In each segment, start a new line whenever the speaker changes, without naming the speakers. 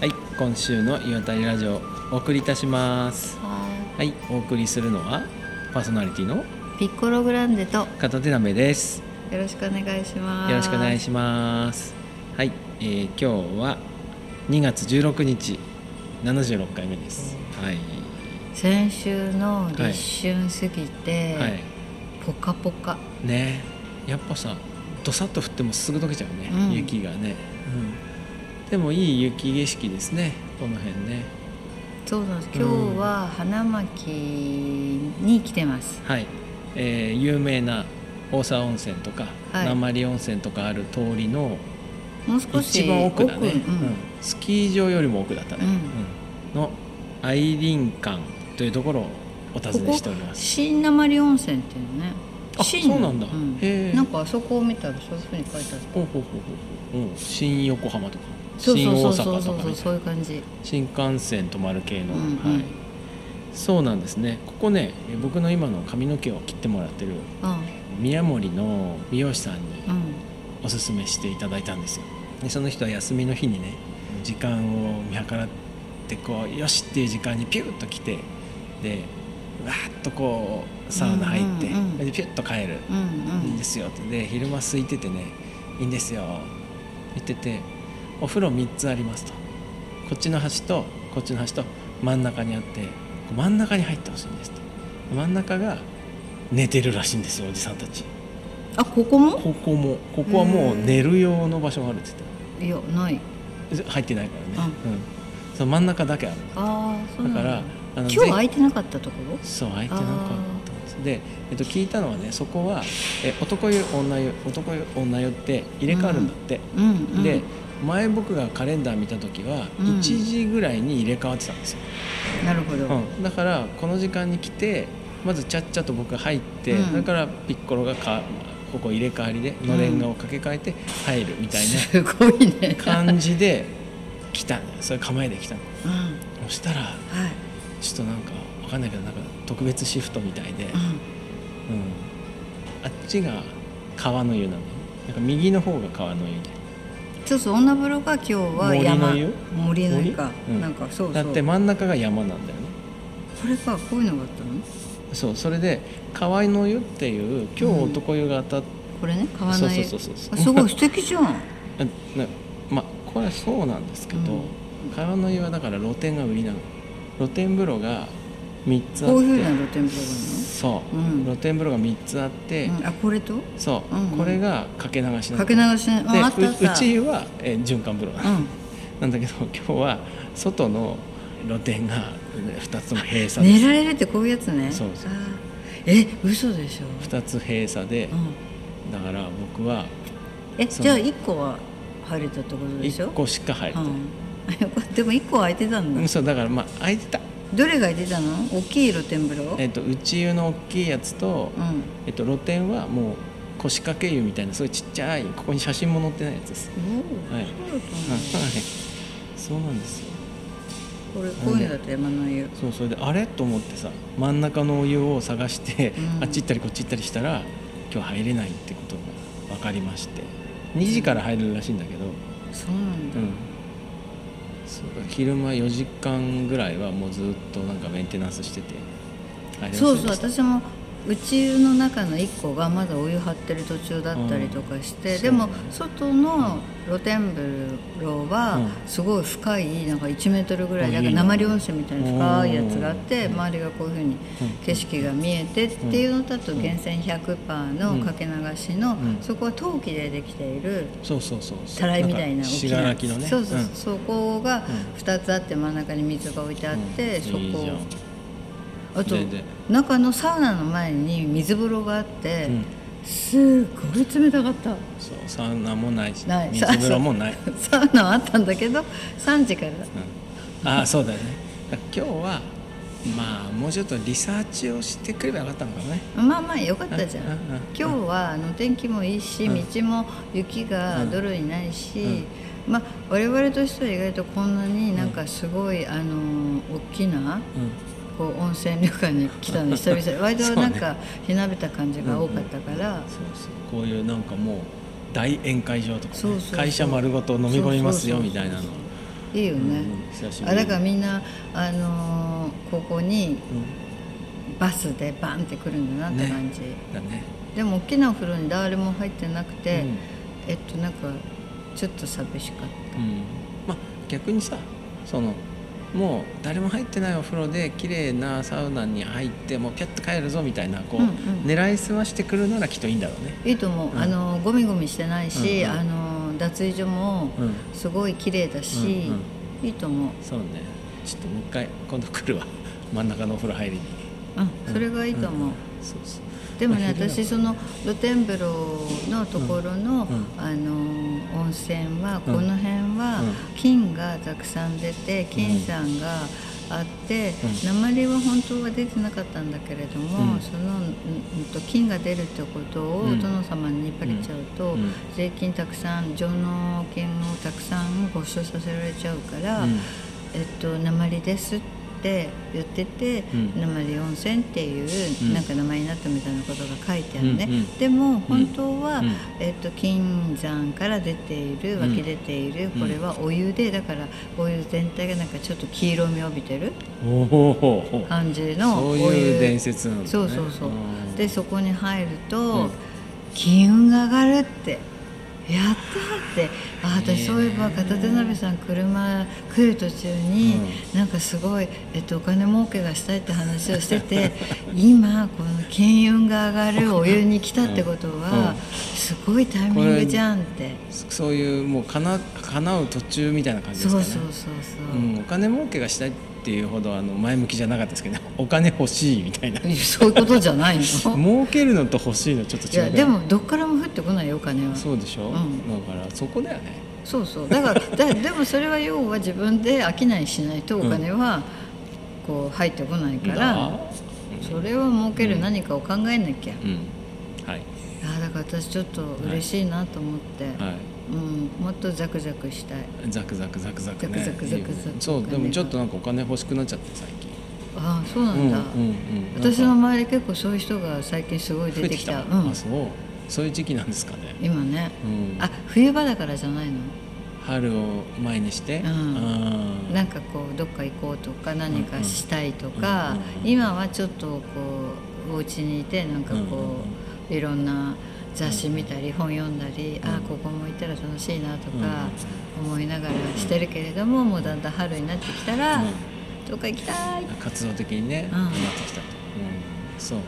はい、今週の岩谷ラジオお送りいたします。
は
はい、お送りするのはパーソナリティの
いピッコログランデと
片手鍋です。
よろしくお願いします。
よろしくお願いします。はい、えー今日は2月16日76回目です。はい、
ます。先週の立春過ぎて、
はい、
ポカポカ。
ね、やっぱさ、どさっと降ってもすぐ溶けちゃうね、
うん
雪がね、うん。でもいい雪景色ですね、この辺ね。
そうなんです。今日は花巻に来てます。
はい、えー有名な大沢温泉とか、
はい
鉛温泉とかある通りの
もう少し
一番奥だね、
うん
うんスキー場よりも奥だったね、うんの愛林館というところをお訪ねしております
新鉛温泉っていうのね。
あ
新
そうなんだ
うん
へえ
なんかあそこを見たらそういうふうに書いてある。
ほうほうほうほう、うん、新横浜とか
そう
新
そうそ
大
うそ
阪と
うそう
か
そう
みたいな
いう感じ。
新幹線止まる系の、
うんうん
はい、そうなんですねここねえ僕の今の髪の毛を切ってもらってる
うん
宮森の美容師さんに
うん
おすすめしていただいたんですよでその人は休みの日にね時間を見計らってこうよしっていう時間にピュッと来てでわーっとこうサウナ入って、
うんうんうん
でピュッと帰る
うん
んですよってで昼間空いててねいいんですよ言っててお風呂3つありますとこっちの端とこっちの端と真ん中にあって真ん中に入ってほしいんですと真ん中が寝てるらしいんですよおじさんたち。
あここも？
ここもここはもう寝る用の場所があるって
いやない。
言ってた入ってないからね、うんその真ん中だけある
ああそう
だ
なんだ。
からあの
今日空
ぜ
いてなかったところ
そう空いてなかったんですで、えっと、聞いたのはねそこはえ男湯女湯男湯女湯って入れ替わるんだって、
うん、
で前僕がカレンダー見た時は
うん
1時ぐらいに入れ替わってたんですよ、
なるほど、
うんだからこの時間に来てまずちゃっちゃと僕が入って、
うん
それからピッコロがかここ入れ替わりでのれんがを掛け替えて入るみたいな、
すごい ね、
感じで来たのよそれ構えで来たの
うんは
そしたら
い
ちょっとなんかわかんないけどなんか特別シフトみたいで、うん
う
あっちが川の湯なのよなんか右の方が川の湯で
ん、そうそう女風呂が今日は山
森の湯
森の湯か、
森うん
なんかそうそ
だ
う
って
こ
真ん中が山なんだよね
れかこういうのがあったの
そうそれで川の湯っていう今日男湯が当たっ
これね川
そう
の
そう
湯
そうそうそう
あすごい素敵じゃん
あなまあこれはそうなんですけど、
うん
川の湯はだから露天が売りなの露天風呂が3つあって
こういうふうな露天風
そう、
うん
露天風呂が3つあって、
呂なの、うん、あこれと
そう、
うんうん
これがかけ流しなの
かけ流しねああったあっ
でう
た
うちは、えー循環風呂な
う
の、
ん
なんだけど今日は外の露天が2つとも閉鎖で
寝
す
られるってこういうやつね
そうそうそう
あーえ嘘でしょ、
2つ閉鎖で
うん、
だから僕は
え
そう
じゃあ一個は入れたってことでしょ
1個しか入れてない、
うん、でも1個は空いてたんだ、
うんそうだからまあ空いてた、
どれが空いてたの大きい露天風呂
えっと内湯の大きいやつと、えっと露天はもう腰掛け湯みたいなすごいちっちゃいここに写真も載ってないやつです、
うん、
はい
そう
うん
だっ
はいそうなんですよ
たんだこれこういうのだと山の湯
そうそれであれと思ってさ真ん中のお湯を探して、
うん
あっち行ったりこっち行ったりしたら今日入れないってことが分かりまして2時から入れるらしいんだけど、
そうなん
う
だ、
ん、そうだ昼間4時間ぐらいはもうずっとなんかメンテナンスしてて入れませんでした
そうそう私も内湯の中の1個がまだお湯張ってる途中だったりとかして、
うん
でも
そうね
外の露天風呂は
うん
すごい深いなんか1メートルぐら
あ
いだか
いい
ら
な
鉛温泉みたいな深いやつがあって
うん
周りがこういうふうに
うん
景色が見えてっていうのだと源泉100%
う
の
ん
かけ流しの
うん
そこは陶器でできている
そうそうそうそう
たらいみたい
ん
な
か
大き
信
な
楽のね
そうそう、
ん
そこが2つあって真ん中に水が置いてあって、
うん
そこ
いいじゃん
あと
でで
中のサウナの前に水風呂があって、
うん
すごい冷たかった
そうサウナもないし
ない
水風呂もない、
サウナはあったんだけど3時から
うん、ああそうだよねだから今日はまあもうちょっとリサーチをしてくればよかったのかもね
まあまあ良かったじゃん
うんうんうん
今日はあの天気もいいし
うん
道も雪が泥にないし、まあ、我々としては意外とこんなになんかすごい、あの大きな
うん
こう温泉旅館に来たの久 々に割となんかひなびた感じが多かったから、
そうそうこういうなんかもう大宴会場とか、ね、
そうそうそう
会社丸ごと飲み込みますよ
そう
み
そうそ
た
う
いなの
いいよね、
うん久しぶ
あ
り
だからみんな、あのーここに
うん
バスでバンって来るんだなって感じ、
だね
でも大きなお風呂に誰も入ってなくて、
うん
えっとなんかちょっと寂しかっ
うんまあ逆にさそのもう誰も入ってないお風呂で綺麗なサウナに入ってもうピャッと帰るぞみたいなこう、
うんうん
狙いすましてくるならきっといいんだろうね。
たいいと思う、
うん
あのーゴミゴミしてないし、
うんうん
あのー脱衣所も
うん、
すごい綺麗だし、
うん
いいと思う、
そうねちょっともう一回今度来るわ 真ん中のお風呂入りに。
うん、それがいいと思う、
んそうそう
でもね
まあ昼だ
私その露天風呂のとこ
うん
ろの、
うん
あの温泉は
う
こ
ん
の辺は
う
菌がたくさん出て菌酸があって、鉛は本当は出てなかったんだけれども、
うん
そのうんうんと菌が出るってことを
うん
殿様にバレちゃうと、
うん
税金たくさん上納金をたくさん没収させられちゃうから、
うん
えっと、鉛ですって言ってて、
うん
鉛温泉っていう、
うん
なんか名前になったみたいなことが書いてあるね、
うんうん
でも本当は、
うん
えっと、金山から出ている湧き出ている、
うん
これはお湯でだからお湯全体がなんかちょっと黄色みを帯びてる
おおほほ
感じの
そう
お湯
いう伝説なんだ、ね、
そうそうそうでそこに入ると、
うん
金運が上がるってやったーってあ
へ
私
ー
そういえば片手鍋さん車来る途中に、なんかすごい、えっと、お金儲けがしたいって話をしてて 今この金運が上がるお湯に来たってことは、
うん
すごいタイミングじゃんって
そういうもうかな叶う途中みたいな感じです
そ
か
う
ね
そうそうそう、
うん、お金儲けがしたいっていうほどあの前向きじゃなかったですけど、ね、 お金欲しいみたいな
そういうことじゃ ないの
儲けるのと欲しいのちょっと
い
違う
や
から
でもどっからも降ってこないよお金は
そうでしょ、
うん
だからそこだよね
そうそうだから だでもそれは要は自分で商いしないとお金はこう入ってこないから、それを儲ける何かを考えなきゃ、
うんはい
ああだから私ちょっと嬉しいなと思って、
は
うん、もっとザクザクしたい
いザクザクザクザクね
ザクザクザクザ
い
ク
いよねそうでもちょっとなんかお金欲しくなっちゃって最近
ああそうなん
う
だ、
んうんうん、なんか
私の周り結構そういう人が最近すごい
増
出
え
て
て
き
き
た
た、
うん
あ、そうそういう時期なんですかね、
今ね、
うん、
あ冬場だからじゃないの
春を前にして、
うん
あー
なんかこうどっか行こうとか何かしたいとか、
うんうん
今はちょっとこうお家にいてなんかこう、
うんうん
いろんな雑誌見たり本読んだり、ああここも行ったら楽しいなとか思いながらしてるけれども、もうだんだん春になってきたら、
うん
どっか行きたい
活動的にね、
うん
なってきたと、うん、そうね、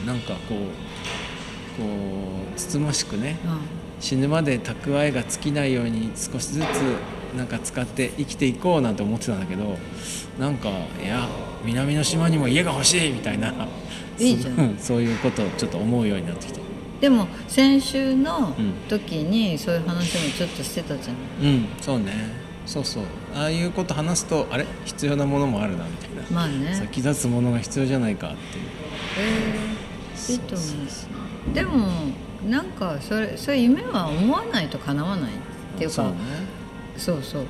うん、なんかこうこうつつましくね
う
死ぬまで蓄えが尽きないように少しずつなんか使って生きていこうなんて思ってたんだけどなんかいや南の島にも家が欲しいみたいな
いいじゃん
うんそういうことをちょっと思うようになってきて
ん、でも先週の
うん
時にそういう話もちょっとしてたじゃん、
うんそうねそうそうああいうこと話すとあれ必要なものもあるなみたいな、
まあね
先立つものが必要じゃないかっていう
えーいいと思うでもなんかそれそれ夢は思わないと叶わないっていうか
そ
そうう,、
ね
そうそう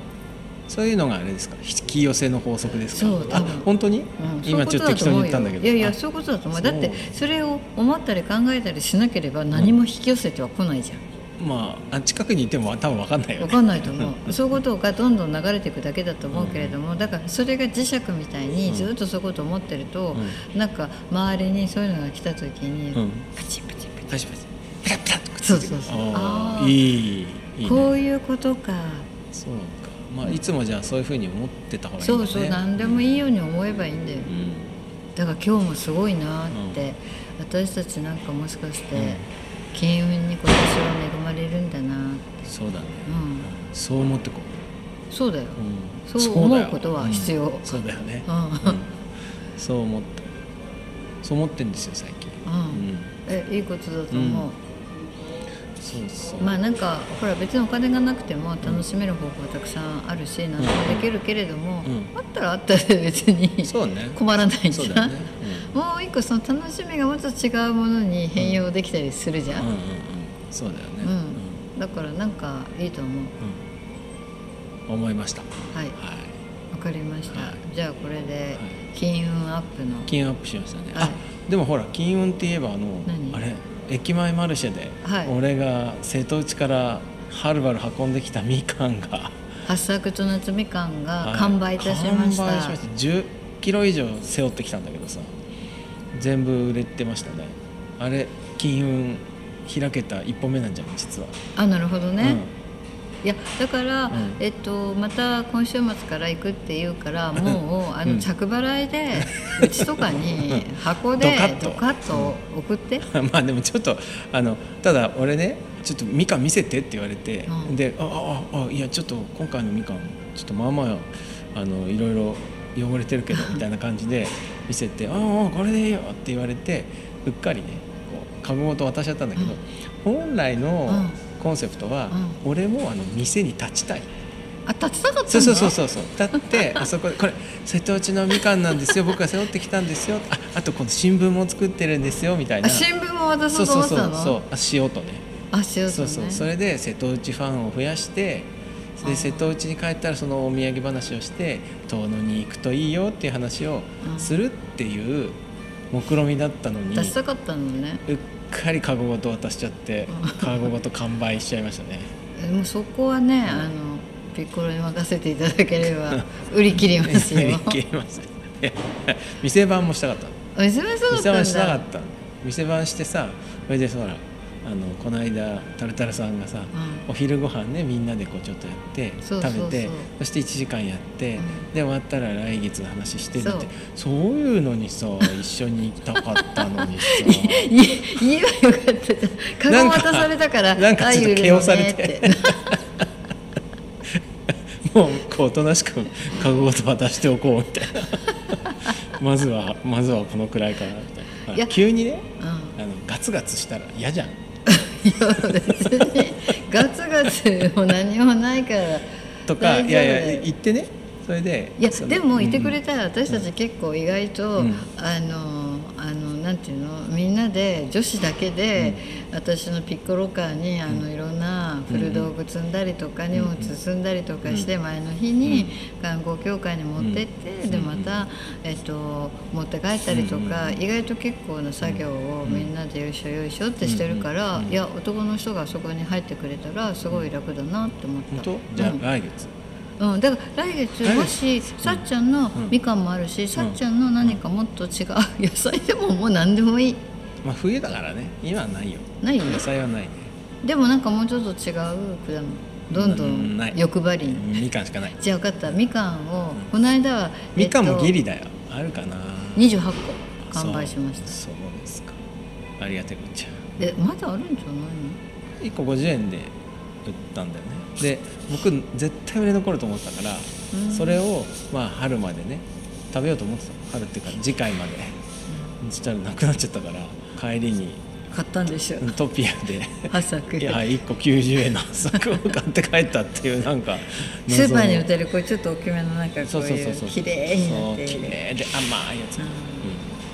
そういうのがあれですか引き寄せの法則ですか
そう多
あ
分
本当に、
ん、
今ちょっと適当に言ったんだけど
いやいや
あ
そういうことだと思う
そう
だってそれを思ったり考えたりしなければ何も引き寄せては来ないじゃん、
まああ近くにいても多分分かんないよ
分
ね
かんないと思うそういうことがどんどん流れていくだけだと思うけれども、だからそれが磁石みたいにずっとそういうこと思ってると、なんか周りにそういうのが来た時に、
うん
パチンパチンパチン
パシパシピタピタッとくっついてくる
そうそうそう
あ
あー
ーいいいい、ね、
こういうことか
そうかまあいつもじゃあそういうふうに思ってた方がいいん
そ
だ
う
ね
そう何でもいいように思えばいいんだよ、
うん
だから今日もすごいなって、私たちなんかもしかして金運に今年は恵まれるんだなって、
そうだね、
うん、
そう思ってこ
そうだよ、
う、うん
そう
だよ
思うことは必要
うんそうだよね、
うん
うんそう思ったそう思ってんですよ最近
うん
うん
えいいことだと思う、
そうそう、
まあなんかほら別にお金がなくても楽しめる方法たくさんあるし何でもできるけれども、
うん
あったらあったで別に
そうね
困らない
そう
じ
だ
ゃ
よ
ん、
ね、
もう一個その楽しみがまた違うものに変容できたりするじゃ
うん、うん
ん、
うんうんそうだよね、
うんだからなんかいいと思う
うん思いました
はい
はい
わかりました、
はい
じゃあこれで
い
金運アップの、
金運アップしましたね、
はい
あでもほら金運って言えばあの
何
あれ駅前マルシェで、
はい
俺が瀬戸内からはるばる運んできたみかんが
八作と夏みかん
は
が完売いたしました,、
完売しました10キロ以上背負ってきたんだけどさ全部売れてましたねあれ金運開けた一歩目なんじゃない実は
あなるほどね、いやだから、
ん
えっと、また今週末から行くって言うからもうあの、
うん
着払い でうちとかに箱
ド
で
カッと
ドカッと送って、
うん まあでもちょっとあのただ俺ねちょっとみかん見せてって言われて、
うん
でああああいやちょっと今回のみかんちょっとまあまああのいろいろ汚れて るけどみたいな感じで見せて「ああこれでいいよ」って言われてうっかりねこう株ごと渡しちゃったんだけど、本来の
うん
コンセプトは、俺もあの店に立ちたい
あ立ちたかったの
そうそうそうそうそうだってあそこでこれ 瀬戸内のみかんなんですよ僕が背負ってきたんですよああとこの新聞も作ってるんですよみたいな
あ新聞も渡そ
そう
うと
そう
思っ
そう
てたの
そうあしようとね
あしようと
そう
ね
そうそれで瀬戸内ファンを増やして
あー
で瀬戸内に帰ったらそのお土産話をして遠野に行くといいよっていう話をするっていう目論見みだったのに
出したかったのね
うっかりカゴごと渡しちゃってカゴごと完売しちゃいましたね
えもうそこはね、あのピッコロに任せていただけれ ば売り切りますよ
切りますいや店番もしたかった
お忙しそうだっ
店
たんだ
番しなかったの店番してさそれでほらあのこの間タルタルさんがさ、お昼ご飯ねみんなでこうちょっとやって
そうそうそう
食べてそして1時間やって、
うん
で終わったら来月の話してるって
そう
そういうのに さ一緒に行きたかったのにさ
い言えばよかったじゃん
な
籠
んか
渡されたから
なんかちょっと
あゆる
毛
よ
をされ
ねってて
もうこうおとなしくカゴごと渡しておこうみたい なまずはまずはこのくらいかなみたいなほ
いや
ら急にね
うん
あのガツガツしたら嫌じゃん
いや別にガツガツも何もないから
とか
大丈夫
い
だよ
やいや行ってねそれで
いや
その
でもいてく
うん
れたら私たち結構意外と、
うん
あのあのなんていうのみんなで女子だけで、私のピッコロカーにあのいろんな古道具積んだりとか、荷物積んだりとかして、前の日に観光協会に持ってって、でまた、えっと、持って帰ったりとか、意外と結構な作業をみんなでよいしょよいしょってしてるから、いや男の人がそこに入ってくれたらすごい楽だなって思った。
本当じゃあ
うん
来月、
うん、だから来
来
月
月
もしさっちゃんのみかんもあるし、さっちゃんの何かもっと違う野菜でももう何でもいい
まあ冬だからね今はないよ
ない
野菜はないね
でもなんかもうちょっと違う果物どんど
うん
ん
ない
欲張りに
みかんしかない
じゃあ分かったみかんをこの間は
みかんもギ
えっ
リだよ、あるかな
と28個完売しました
そうそうですかありがたいこっちゃ
えまだあるんじゃな
1個50円で売ったんだよねで僕絶対売れ残ると思ったから、
うん
それをまあ春までね食べようと思ってたの春っていうか次回までそしたらなくなっちゃったから帰りに
いの買ったんでしょ
トピア で
八作
いや1個90円の 作を買って帰ったっていうなんか
スーパーに売っ
る
てるこうちょっと大きめのなんかこ
そううそう
い
そう
う
そう
綺麗になって
そう
い
綺
る
麗で甘いやつ、
う
うんん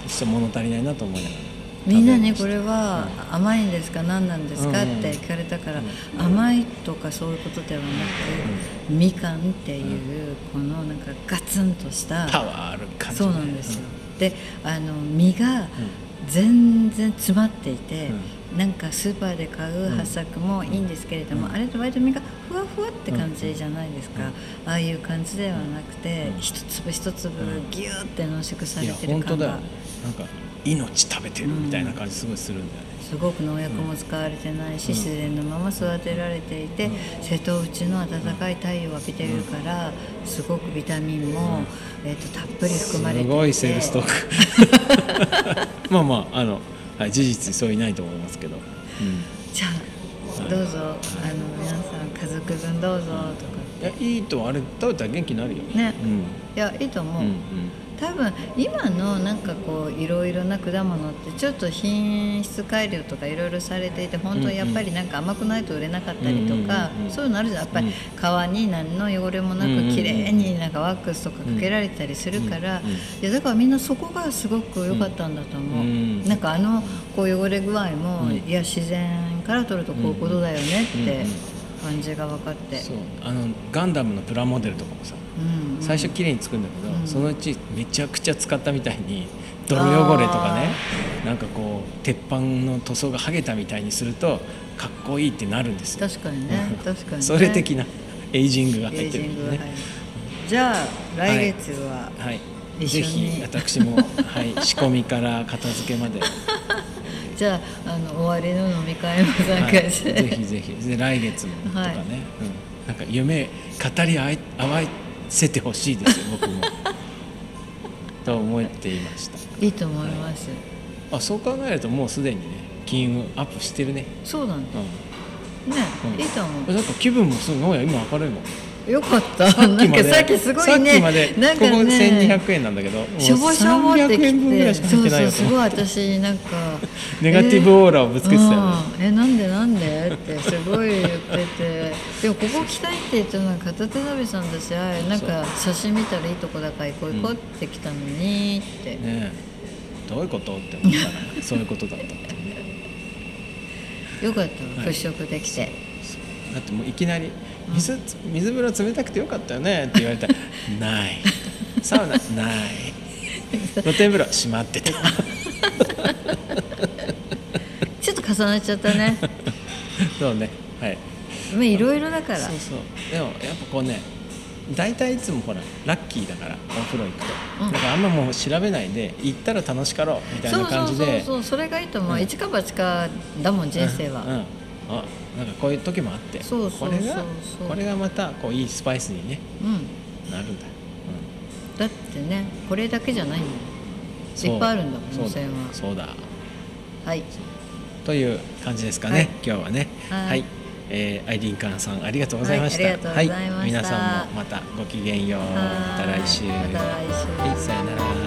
一生物足りないなと思いながら
みんなね
食
これは甘いんですか何なんですかっ
うんうん
て聞かれたから甘いとかそういうことではなくみかんっていうこのなんかガツンとし
べパ
た
ワーある感じ
そ
ね
うなんですよであの実が全然詰まっていてなんかスーパーで買う発作もいいんですけれどもあれと割と実がふわふわって感じじゃないですかああいう感じではなくて一粒一粒ギューって濃縮さ
い
れ
や
てる
本当
感
だよ
が
ね。なんか命食べてるみたいな感じすごいするんだよね、
すごく農薬も使われてないし、
うん
自然のまま育てられていて、瀬戸内の暖かい太陽を浴びてるから、すごくビタミンも、えっとたっぷり含まれていて
すごいセールストークまあまああの、はい、事実そういないと思いますけど、うん
じゃあどうぞ、あの皆さん家族分どうぞとか
いやいいとあれ食べたら元気になるよ
ね
うん
いやいいと思
う
う、
ん
多分今のなんかこういろいろな果物ってちょっと品質改良とかいろいろされていて本当にやっぱりなんか甘くないと売れなかったりとか
うんうんうんうん
そういうのあるじゃんやっぱ
う
り
ん
皮に何の汚れもな
うんうんうん
く綺麗になんかワックスとかかけられたりするから
うんうんうん
いやだからみんなそこがすごく良かったんだと思
うん
うなんかあのこう汚れ具合も
うん
いや自然から取るとこういうことだよねっ
うんうん
て感じが分かっ
う
て
ん、そうあのガンダムのプラモデルとかもさ
うんうん
最初綺麗に作るんだけど、
うん
そのうちめちゃくちゃ使ったみたいに泥汚れとかねなんかこう鉄板の塗装が剥げたみたいにするとかっこいいってなるんですよ
確かにね確かにね
それ的なエイジングが
エ
入
イ
って
ジ
る
ン
ん
グ
で
は、
ね
はい、じゃあ来月は
はい、
一
ぜ
緒に
ひ私も、はい、仕込みから片付けまで、
じゃああの終わりの飲み会も参
は
加
い、
して、
ぜひぜひで来月もとかね、
はい
うん、なんか夢語り合い合わせてほしいですよ 僕もと思っていました
いいと思います、
あそう考えるともうすでにね金運アップしてるね、
そうなんだね、
ううん
いいと思
ん、なんか気分もすごい今明るいもん
うよかったなんかさっきすごいね
さっきまで
なん
ここ
かね
1200円なんだけどもう
しょぼしょぼって
300円分ぐらい
き
してか入っ
そう
てない
そう
よと
す
思
ごい
って
私なんか
ネガティブオーラをぶつけてたよね、
うんえなんでなんでってすごい言っててでもここ来たいって言ったのは片手鍋さんだしあれなんか写真見たらいいとこだから行こう行こうって来たのにって、
ねえどういうことって思ったらそういうことだったっていうね
よかった
はい
払拭できて、
だってもういきなり水つ「水風呂冷たくてよかったよね」って言われ たら「ない」「サウナない」「露天風呂閉ま ってた」
ちょっと重なっちゃった ね
そうねはい
まあいろいろだから
そうそうでもやっぱこうね大体いつもほらラッキーだからお風呂行くと、
うん
だからあんまもう調べないで行ったら楽しかろうみたい
そ
な
うそ
感
う
じ
そう
で
そうそれがいいと思う、
うん
一か八かだもん人生は、
うんうんあなんかこういう時もあって
そうそうそう
これが
そう
これがまたこういいスパイスにね
うん
なるんだよ、
だってねこれだけじゃないもん
うん
いっぱいあるんだもん
そう
温泉は
そうだ
はい
という感じですかね、
はい
今日はね
はい
えーアイリンカンさんありがとうございました、
はいありがとうございました
皆さんもまたごきげんよう
はい
また来週
また来週
はいさよなら